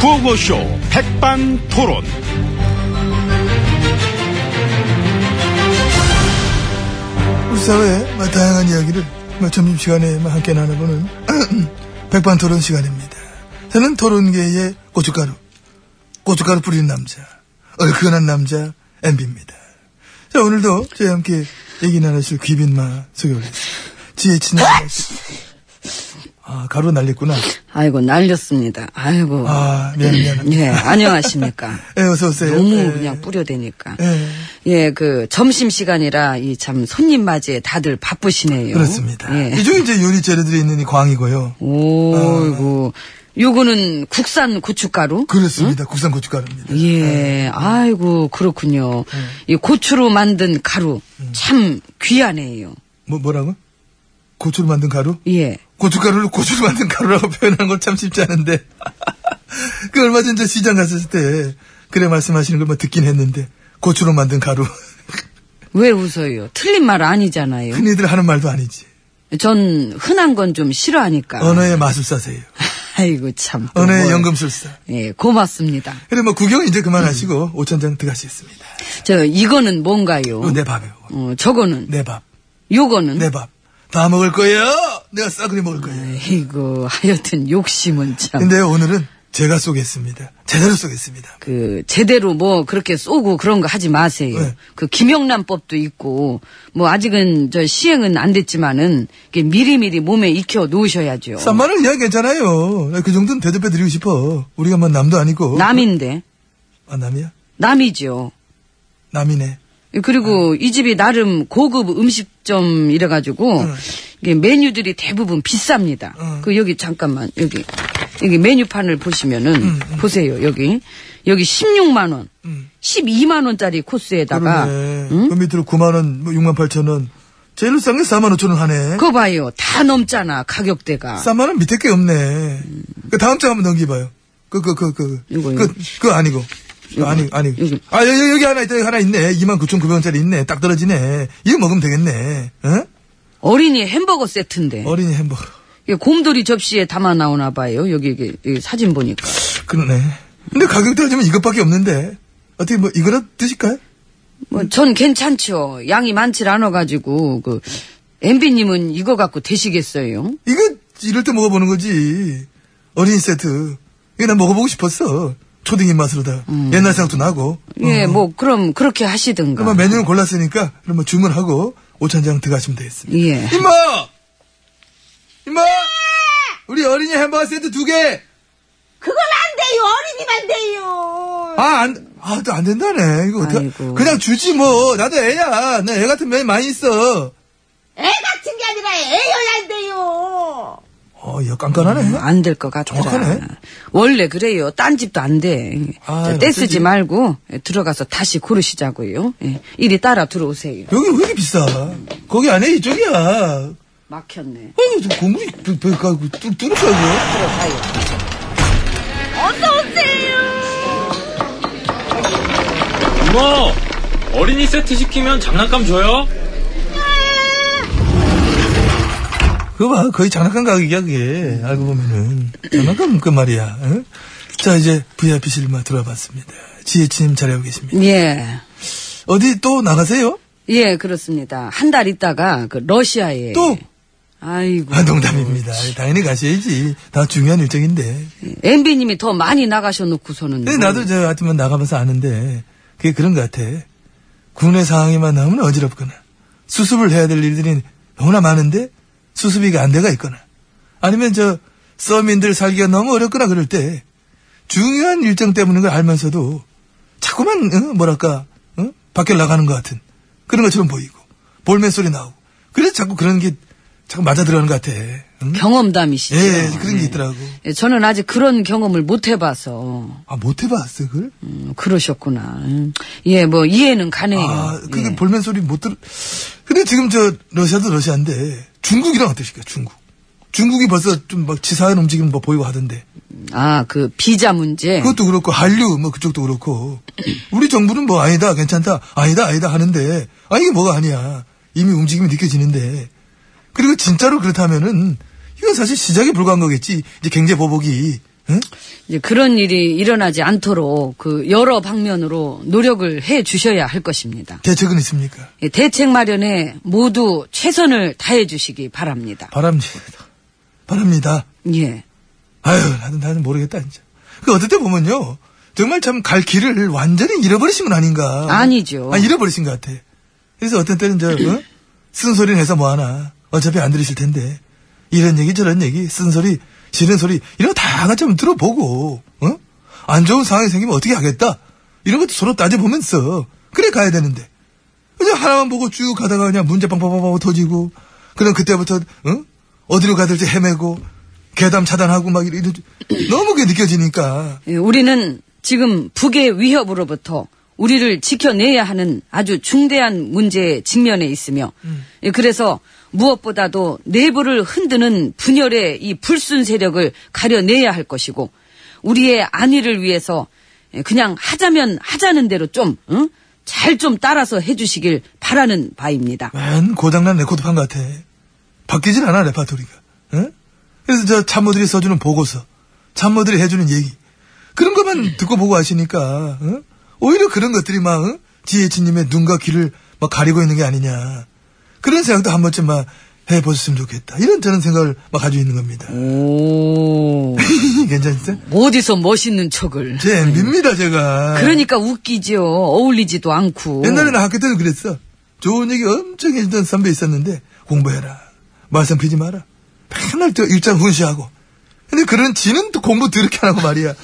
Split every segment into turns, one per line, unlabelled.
구호쇼 백반토론.
우리 사회의 뭐 다양한 이야기를 뭐 점심시간에 뭐 함께 나눠보는 백반토론 시간입니다. 저는 토론계의 고춧가루, 고춧가루 뿌리는 남자, 얼큰한 남자 MB입니다. 자 오늘도 저희와 함께 얘기 나누실 귀빈마 소개하겠습니다. 지혜친한 아저씨. 아 가루 날렸구나.
아이고 날렸습니다. 아이고.
아, 네, 미안합니다.
예, 안녕하십니까.
예, 어서 오세요.
너무
예.
그냥 뿌려대니까.
예.
예, 그 점심 시간이라 이 참 손님 맞이에 다들 바쁘시네요.
그렇습니다.
예.
이 중에 이제 요리 재료들이 있는 이 광이고요.
오이고. 요거는 국산 고춧가루?
아. 그렇습니다. 네. 국산 고춧가루입니다.
예, 아이고 그렇군요.
네.
이 고추로 만든 가루
음.
참 귀하네요.
뭐 뭐라고? 고추로 만든 가루?
예.
고춧가루를 고추로 만든 가루라고 표현하는 건 참 쉽지 않은데. 그 얼마 전 저 시장 갔을 때, 그래 말씀하시는 걸 뭐 듣긴 했는데, 고추로 만든 가루.
왜 웃어요? 틀린 말 아니잖아요.
흔히들 하는 말도 아니지.
전 흔한 건 좀 싫어하니까.
언어의 마술사세요.
아이고 참. 또
언어의
뭘.
연금술사.
예, 고맙습니다.
그래 뭐 구경 이제 그만하시고, 오천장 들어가시겠습니다.
저 이거는 뭔가요?
어, 내 밥이요.
어, 저거는
내 밥.
요거는
내 밥. 다 먹을 거예요! 내가 싸그리 먹을
음.
거예요.
아이고 하여튼 욕심은 참.
근데 오늘은 제가 쏘겠습니다. 제대로 쏘겠습니다.
그 제대로 뭐 그렇게 쏘고 그런 거 하지 마세요.
네.
그 김영란법도 있고 뭐 아직은 저 시행은 안 됐지만은 이게 미리미리 몸에 익혀 놓으셔야죠.
싼 말을 이야기 괜찮아요. 나그 정도는 대접해 드리고 싶어. 우리가 뭐 남도 아니고.
남인데
아, 남이야?
남이죠.
남이네. 어.
그리고 이 집이 나름 고급 음식점 이래가지고
어.
이게 메뉴들이 대부분 비쌉니다. 그 여기 잠깐만 여기 여기 메뉴판을 보시면은
음,
보세요 여기 여기 16만 원, 12만 원짜리 코스에다가
그러네. 그 밑으로 9만원, 뭐 6만 8천원. 제일 싼 게 4만 5천원 하네.
그거 봐요 다 넘잖아 가격대가.
싼 만은 밑에 게 없네. 그 다음 장 한번 넘겨봐요. 그, 그, 그, 그.
이거,
그,
이거.
그거 아니고. 그거 아니, 아니.
이거.
아, 여기, 여기 하나 있다. 여기 하나 있네. 2만 9,900원짜리 있네. 딱 떨어지네. 이거 먹으면 되겠네. 응?
어린이 햄버거 세트인데
어린이 햄버거.
이게 곰돌이 접시에 담아 나오나 봐요 여기 이게 이 사진 보니까
그러네. 근데 가격 따지면 이것밖에 없는데. 어떻게 뭐, 이거라도 드실까요? 음.
뭐 전 괜찮죠 양이 많질 않아가지고 그 엠비님은 이거 갖고 되시겠어요?
이거 이럴 때 먹어보는 거지. 어린 이 세트. 이거 나 먹어보고 싶었어. 초딩 입맛으로다. 옛날 생각도 나고.
음.
어.
예, 뭐 그럼 그렇게 하시든가.
그러면 메뉴를 골랐으니까 그러면 주문하고 오천장 들어가시면 되겠습니다.
예.
임마! 임마! 우리 어린이 햄버거 세트 두 개!
그건 안 돼요. 어린이만 돼요.
아, 안, 아, 또 안 된다네. 이거 어떡하,
아이고.
그냥 주지 뭐. 나도 애야. 나 애 같은 면이 많이 있어.
애 같은 게 아니라 애여야 안 돼요.
어, 얘 깐깐하네.
안 될 것 같더라.
정확하네.
원래 그래요. 딴 집도 안 돼.
아,
자,
어쩌지?
떼쓰지 말고 예, 들어가서 다시 고르시자고요. 예, 이리 따라 들어오세요.
여기 왜 이렇게 비싸? 거기 안에 이쪽이야.
막혔네.
아니, 좀 건물이 배, 배, 가고 뚫, 뚫을까요?
뭐 어린이 세트 시키면 장난감 줘요?
그거 봐. 거의 장난감 가격이야, 그게. 알고 보면은. 장난감, 그 말이야. 응? 자, 이제 VIP실 만 들어와 봤습니다. 지혜치님 잘하고 계십니다.
예.
어디 또 나가세요?
예, 그렇습니다. 한 달 있다가 그 러시아에
또?
아이고.
아, 농담입니다.
네.
당연히 가셔야지. 다 중요한 일정인데.
예. 엠비님이 더 많이 나가셔 놓고서는.
근데 네, 나도 저 하여튼 나가면서 아는데 그게 그런 것 같아. 국내 상황에만 나오면 어지럽거나 수습을 해야 될 일들이 너무나 많은데 수습이 안 돼가 있거나 아니면 저 서민들 살기가 너무 어렵거나 그럴 때 중요한 일정 때문인 걸 알면서도 자꾸만 어, 뭐랄까 어? 밖에 나가는 것 같은 그런 것처럼 보이고 볼멘 소리 나오고 그래서 자꾸 그런 게 자꾸 맞아 들어가는 것 같아. 응?
경험담이시죠.
예, 그런 게
예.
있더라고.
예, 저는 아직 그런 경험을 못 해봐서.
아, 못 해봤어, 그걸?
음, 그러셨구나. 음. 예, 뭐, 이해는 가네요.
아, 그게
예.
볼멘 소리 못 들어. 근데 지금 저 러시아도 러시아인데 중국이랑 어떠실까? 중국. 중국이 벌써 좀 막 치사한 움직임 뭐 보이고 하던데.
아, 그 비자 문제.
그것도 그렇고 한류 뭐 그쪽도 그렇고 우리 정부는 뭐 아니다 괜찮다 아니다 아니다 하는데 아 이게 뭐가 아니야 이미 움직임이 느껴지는데 그리고 진짜로 그렇다면은 이건 사실 시작에 불과한 거겠지 이제 경제 보복이 응?
이제 그런 일이 일어나지 않도록 그 여러 방면으로 노력을 해 주셔야 할 것입니다.
대책은 있습니까?
예, 대책 마련에 모두 최선을 다해 주시기 바랍니다.
바람직하다. 바랍니다.
예.
아유, 나는, 나는 모르겠다, 진짜. 그, 어떨 때 보면요. 정말 참 갈 길을 완전히 잃어버리신 건 아닌가.
아니죠.
아, 잃어버리신 것 같아. 그래서 어떤 때는 저, 어? 쓴소리는 해서 뭐하나. 어차피 안 들으실 텐데. 이런 얘기, 저런 얘기, 쓴소리, 지른 소리, 이런 거 다 같이 한번 들어보고, 어? 안 좋은 상황이 생기면 어떻게 하겠다. 이런 것도 서로 따져보면서. 그래 가야 되는데. 그냥 하나만 보고 쭉 가다가 그냥 문제 빵빵빵빵 터지고, 그럼 그때부터, 응? 어디로 가야 될지 헤매고, 계담 차단하고 막 이런, 너무 그게 느껴지니까.
예, 우리는 지금 북의 위협으로부터 우리를 지켜내야 하는 아주 중대한 문제에 직면해 있으며
음.
예, 그래서 무엇보다도 내부를 흔드는 분열의 이 불순 세력을 가려내야 할 것이고 우리의 안위를 위해서 예, 그냥 하자면 하자는 대로 좀잘 좀 따라서 해주시길 바라는 바입니다.
맨 고장난 레코드판 같아. 바뀌질 않아, 레파토리가. 응? 그래서 저 참모들이 써주는 보고서, 참모들이 해주는 얘기. 그런 것만 듣고 보고 하시니까, 응? 오히려 그런 것들이 막, 응? GH님의 눈과 귀를 막 가리고 있는 게 아니냐. 그런 생각도 한 번쯤 막 해보셨으면 좋겠다. 이런 저런 생각을 막 가지고 있는 겁니다.
오
괜찮으세요?
어디서 멋있는 척을
제 엠비입니다, 제가.
네. 그러니까 웃기지요. 어울리지도 않고.
옛날에는 학교 때도 그랬어. 좋은 얘기 엄청 해주던 선배 있었는데, 공부해라. 말썽 피지 마라. 맨날 저 일장 훈시하고. 근데 그런 지는 또 공부 더럽게 안 하고 말이야.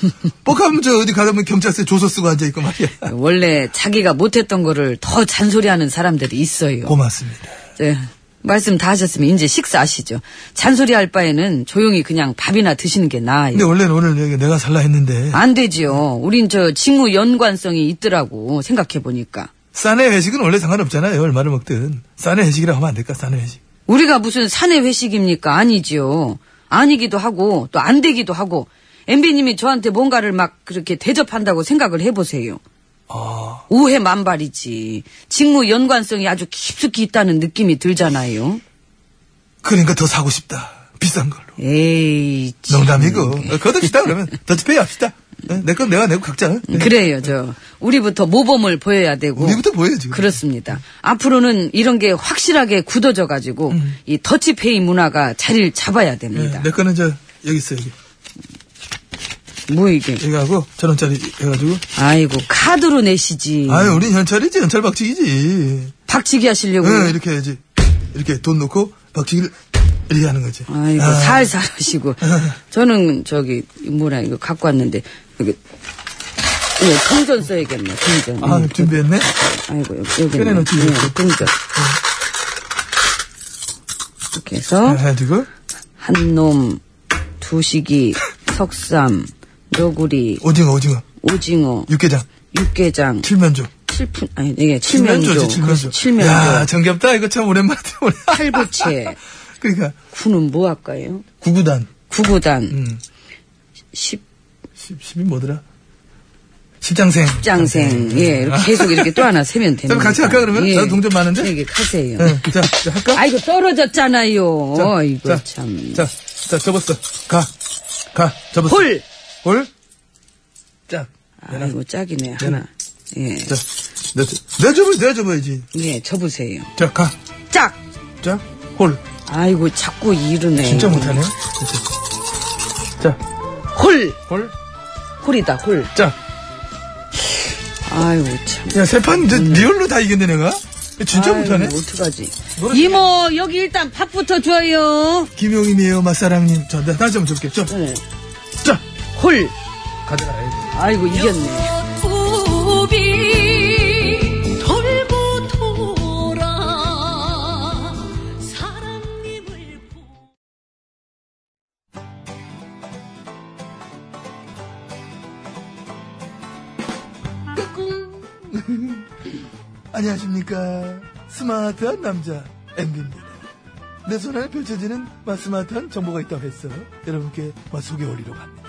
뻑하면 저 어디 가다 보면 경찰서에 조서 쓰고 앉아있고 말이야.
원래 자기가 못했던 거를 더 잔소리하는 사람들이 있어요.
고맙습니다.
네, 말씀 다 하셨으면 이제 식사하시죠. 잔소리할 바에는 조용히 그냥 밥이나 드시는 게 나아요.
근데 원래는 오늘 여기 내가 살라 했는데,
안 되지요. 우린 저 직무 연관성이 있더라고 생각해 보니까.
싸네 회식은 원래 상관없잖아요. 얼마를 먹든. 싸네 회식이라고 하면 안 될까, 싸네 회식.
우리가 무슨 사내 회식입니까? 아니지요. 아니기도 하고 또 안 되기도 하고 MB님이 저한테 뭔가를 막 그렇게 대접한다고 생각을 해보세요.
아.
오해 만발이지. 직무 연관성이 아주 깊숙이 있다는 느낌이 들잖아요.
그러니까 더 사고 싶다. 비싼 걸로.
에이. 참. 음.
농담이고. 거듭시다, 그러면. 더치페이 합시다. 네, 내 건 내가 내고 각자. 네.
그래요, 저. 우리부터 모범을 보여야 되고.
우리부터 보여야지.
그렇습니다. 앞으로는 이런 게 확실하게 굳어져가지고,
음.
이 더치페이 문화가 자리를 잡아야 됩니다.
네, 내 거는 저 여기 있어 여기 네.
뭐 이게.
여기 하고 천 원짜리 해가지고
아이고, 카드로 내시지.
아유 우린 현찰이지 현찰 박치기지
박치기 하시려고.
응 이렇게 해야지 이렇게 돈 넣고 박치기를 이렇게 하는 거지
아이고,
아, 네.
살살 하시고. 저는 저기, 뭐라, 이거 갖고 왔는데, 여기. 예, 동전 써야겠네, 동전. 음,
아, 준비했네
아이고 여기 여기
꺼내놓지,
네,
이렇게.
끊겨. 이렇게 해서
네, 해가지고
한놈 두식이 석삼 너구리
오징어 오징어
오징어
육개장
육개장
칠면조
칠푼 아니 이게
칠면조지
칠면조
칠면조
그래서 칠면조
야 정겹다 이거 참 오랜만에 오래
팔부채
그러니까
구는 뭐 할까요?
구구단
구구단
음.
십
십 십이 뭐더라 십장생
장생 예 이렇게 계속 이렇게 또 하나 세면 됩니다.
음. 그럼 같이 할까, 그러면? 저는 동전 많은데?
이게 하세요.
응, 네, 자, 자 할까
아이고 떨어졌잖아요. 이거
자,
참.
자, 자, 접었어. 가. 가. 접었어.
홀.
홀. 짝. 내놔.
아이고 짝이네
내놔.
하나. 예.
자, 내, 내 접어, 내 접어야지.
예, 접으세요.
자, 가.
짝!
짝. 홀.
아이고, 자꾸 이르네.
진짜 못하네. 됐어. 자,
홀!
홀.
홀이다, 홀.
짝.
아이고, 참.
야, 세판 이제 리얼로 다 이겼네, 내가. 야, 진짜
아이고,
못하네.
어떡하지.
뭐라-
이모, 여기 일단 밥부터 줘요.
김용임이에요, 맛사랑님. 저, 나, 나좀 줄게. 좀.
네.
자,
홀!
가져가. 아이고.
아이고, 이겼네.
우비 돌고 돌아 사랑님을 보.
안녕하십니까. 스마트한 남자, MB입니다. 내 손안에 펼쳐지는 맛 스마트한 정보가 있다고 해서 여러분께 맛 소개해드리려고 합니다.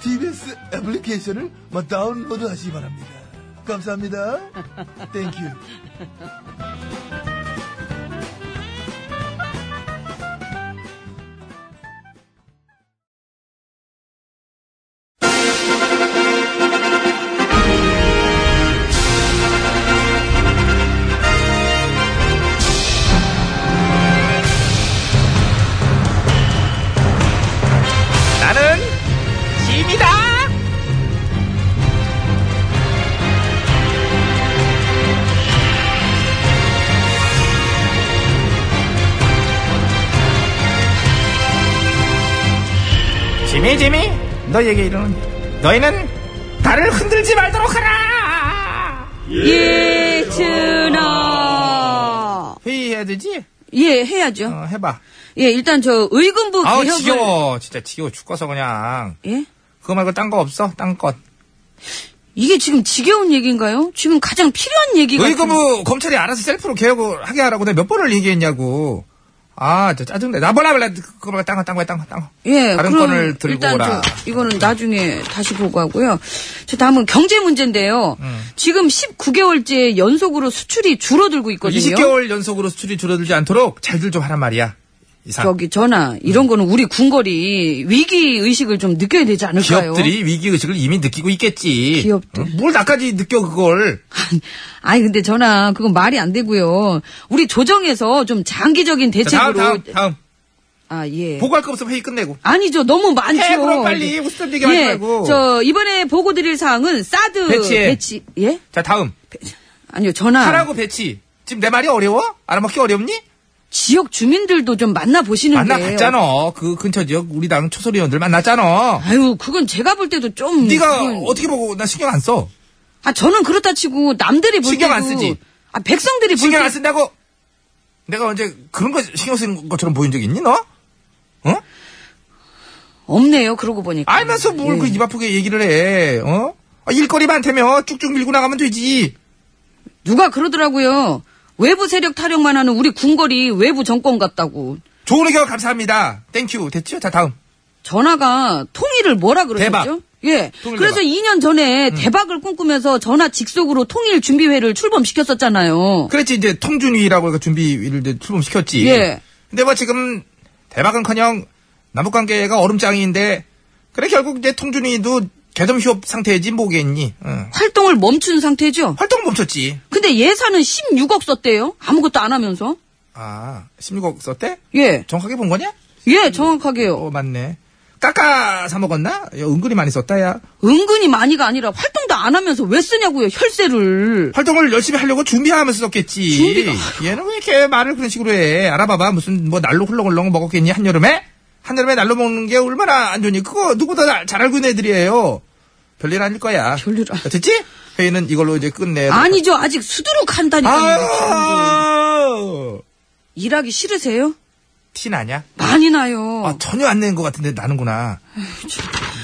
TBS 애플리케이션을 막 다운로드 하시기 바랍니다. 감사합니다. 땡큐.
나는 짐이다. 짐이 짐이 너에게 이르는
그
너희는 나를 흔들지 말도록 하라.
예, 예준아.
회의해야 되지?
예, 해야죠.
어, 해봐.
예, 일단 저 의금부
아우
개혁을.
지겨워. 진짜 지겨워 죽겠어 그냥.
예?
그거 말고 딴 거 없어? 딴 것.
이게 지금 지겨운 얘기인가요? 지금 가장 필요한 얘기가.
너희 거뭐 검찰이 알아서 셀프로 개혁을 하게 하라고 내가 몇 번을 얘기했냐고. 아, 저 짜증나. 나 몰라, 몰라. 그거 말고 딴 거, 딴 거야, 딴 거, 딴 거.
예,
다른
그럼
건을 들고
일단
오라.
저 이거는 나중에 다시 보고 하고요. 저 다음은 경제 문제인데요.
음.
지금 19개월째 연속으로 수출이 줄어들고 있거든요.
20개월 연속으로 수출이 줄어들지 않도록 잘들 좀 하란 말이야. 이상. 음.
저기 전화 이런 거는 우리 궁궐이 위기 의식을 좀 느껴야 되지 않을까요?
기업들이 위기의식을 이미 느끼고 있겠지.
기업들.
어? 뭘 나까지 느껴, 그걸.
아니 근데 전화 그건 말이 안 되고요. 우리 조정에서 좀 장기적인
자, 다음,
대책으로 네.
다음, 다음.
아 예.
보고할 거 없으면 회의 끝내고.
아니죠. 너무 많죠.
해, 그럼 빨리. 웃음 얘기 하지
예,
말고.
저 이번에 보고 드릴 사항은 사드
배치해.
예?
자, 다음.
아니요. 전화
하라고 배치. 지금 내 말이 어려워? 알아먹기 어렵니?
지역 주민들도 좀 만나 보시는 게
만나봤잖아. 그 근처 지역 우리 당 초소리원들 만났잖아.
아유, 그건 제가 볼 때도 좀
네가
그건-
어떻게 보고 나 신경 안 써.
아 저는 그렇다 치고 남들이 볼
신경 안
때도-
쓰지.
아 백성들이 볼
신경
때.
안 쓴다고. 내가 언제 그런 거 신경 쓰는 것처럼 보인 적 있니 너? 어?
없네요. 그러고 보니까.
알면서 뭘
예.
그 입 아프게 얘기를 해. 어? 아, 일거리 많다며 쭉쭉 밀고 나가면 되지.
누가 그러더라고요. 외부 세력 타령만 하는 우리 궁궐이 외부 정권 같다고.
좋은 의견 감사합니다. 땡큐. 됐죠? 자 다음.
전화가 통일을 뭐라 그러셨죠?
대박.
예.
통일
그래서
대박. 음.
2년 전에 대박을 꿈꾸면서 전화 직속으로 통일 준비회를 출범시켰었잖아요.
그랬지 이제 통준위라고 해서 준비를 이제 출범시켰지.
예.
근데 뭐 지금 대박은커녕 남북관계가 얼음장인데 그래 결국 이제 통준위도 개점휴업 상태지 뭐겠니. 응.
활동을 멈춘 상태죠.
활동 멈췄지.
근데 예산은 16억 썼대요. 아무것도 안 하면서.
아 16억 썼대?
예.
정확하게 본 거냐?
예, 정확하게요.
어, 맞네. 깎아 사 먹었나? 야, 은근히 많이 썼다, 야.
은근히 많이가 아니라 활동도 안 하면서 왜 쓰냐고요, 혈세를.
활동을 열심히 하려고 준비하면서 썼겠지.
준비가.
얘는 왜 이렇게 말을 그런 식으로 해? 알아봐봐. 무슨 뭐 날로 훌렁훌렁 먹었겠니, 한여름에? 한여름에 날로 먹는 게 얼마나 안 좋니? 그거 누구보다 나- 잘 알고 있는 애들이에요. 별일 아닐 거야.
별일 아니-
됐지? 회의는 이걸로 이제 끝내.
아니죠, 아직 수두룩 한다니까요.
아유!
일하기 싫으세요?
티 나냐?
많이 나요.
아, 전혀 안 내는 것 같은데 나는구나.
자,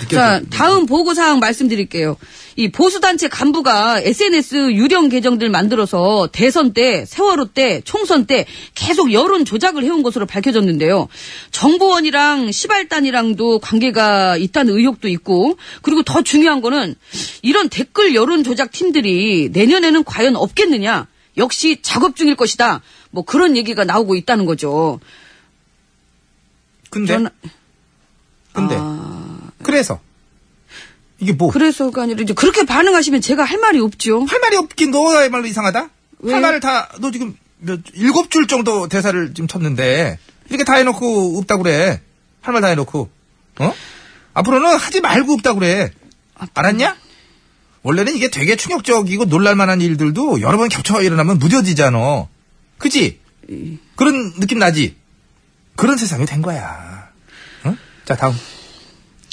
느껴져.
다음 보고 사항 말씀드릴게요. 이 보수단체 간부가 SNS 유령 계정들 만들어서 대선 때, 세월호 때, 총선 때 계속 여론 조작을 해온 것으로 밝혀졌는데요. 정보원이랑 시발단이랑도 관계가 있다는 의혹도 있고, 그리고 더 중요한 거는 이런 댓글 여론 조작 팀들이 내년에는 과연 없겠느냐? 역시 작업 중일 것이다. 뭐 그런 얘기가 나오고 있다는 거죠.
근데,
저는- 아.
근데. 그래서. 이게 뭐.
그래서가 아니라 이제 그렇게 반응하시면 제가 할 말이 없죠.
할 말이 없긴 너야말로 이상하다.
왜요?
할 말을 다 너 지금 몇 일곱 줄 정도 대사를 지금 쳤는데 이렇게 다 해놓고 없다 그래. 할 말 다 해놓고 어? 앞으로는 하지 말고 없다 그래.
아,
알았냐? 원래는 이게 되게 충격적이고 놀랄만한 일들도 여러 번 겹쳐 일어나면 무뎌지잖아. 그치? 그런 느낌 나지? 그런 세상이 된 거야. 응? 자, 다음.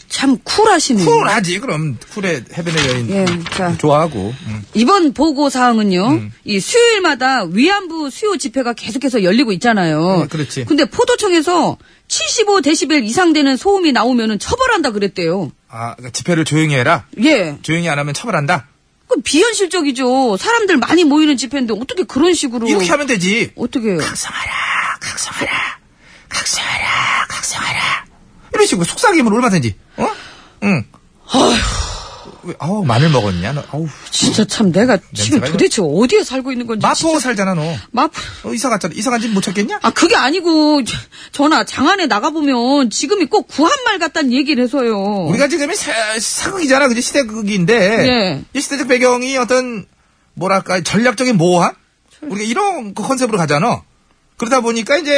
참 쿨하시네요.
쿨하지, 그럼. 쿨의 해변의
음.
여인.
예, 자.
좋아하고. 음. 응.
이번 보고 사항은요.
음.
이 수요일마다 위안부 수요 집회가 계속해서 열리고 있잖아요.
음, 그렇지.
근데 포도청에서 75데시벨 이상 되는 소음이 나오면은 처벌한다 그랬대요.
아, 그러니까 집회를 조용히 해라.
예.
조용히 안 하면 처벌한다.
그 비현실적이죠. 사람들 많이 모이는 집회인데 어떻게 그런 식으로.
이렇게 하면 되지.
어떻게 해요?
각성하라, 각성하라, 각성하라, 각성하라. 이런 식으로 속삭임을 얼마든지. 어? 응. 아휴. 아우 마늘 먹었냐? 너, 아우.
진짜 참 내가 지금
이거-
도대체 어디에 살고 있는 건지.
마포 살잖아 너.
마포.
어, 이사 갔잖아. 이사 간 집 못 찾겠냐?
아 그게 아니고 저- 전화 장안에 나가보면 지금이 꼭 구한말 같다는 얘기를 해서요.
우리가 지금이 사- 사극이잖아. 그지 시대극인데.
예.
이 시대적 배경이 어떤 뭐랄까 전략적인 모호함? 우리가 이런 그 컨셉으로 가잖아. 그러다 보니까 이제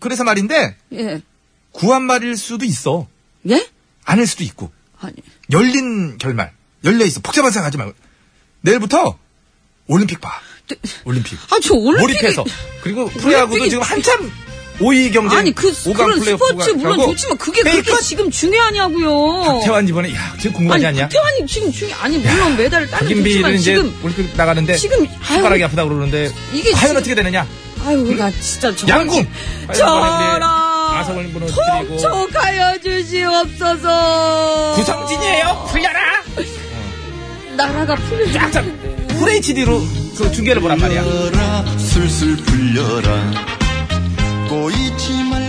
그래서 말인데
예.
구한 말일 수도 있어.
예?
아닐 수도 있고.
아니.
열린 결말. 열려있어. 복잡한 생각하지 말고. 내일부터 올림픽 봐. 올림픽.
아저 올림픽.
몰입해서. 그리고 프로야구도
올림픽이-
지금 한참 5위 경쟁.
아니 그 스-
5강
그런
플레이오프
스포츠
구간
물론
가고
좋지만 그게
그러니까
그렇게 지금 중요하냐고요.
태환 이번에 야 지금 궁금하지
아니
않냐?
태환이 지금 중요 아니 물론 메달을 따는
김비는
좋지만
이제
지금
올림픽 나가는데
지금 아유,
손가락이 아프다고 그러는데
이게
과연
지금- 어.
어떻게 되느냐?
아유 나 진짜 저
양궁!
저라
아성을 무너뜨리고
통촉하여 주시옵소서.
구성진이에요. 풀려라.
나라가 풀려.
쫙쫙
음.
FHD로 그 중계를 보란 말이야.
풀려라, 술술 풀려라 꼬이지 말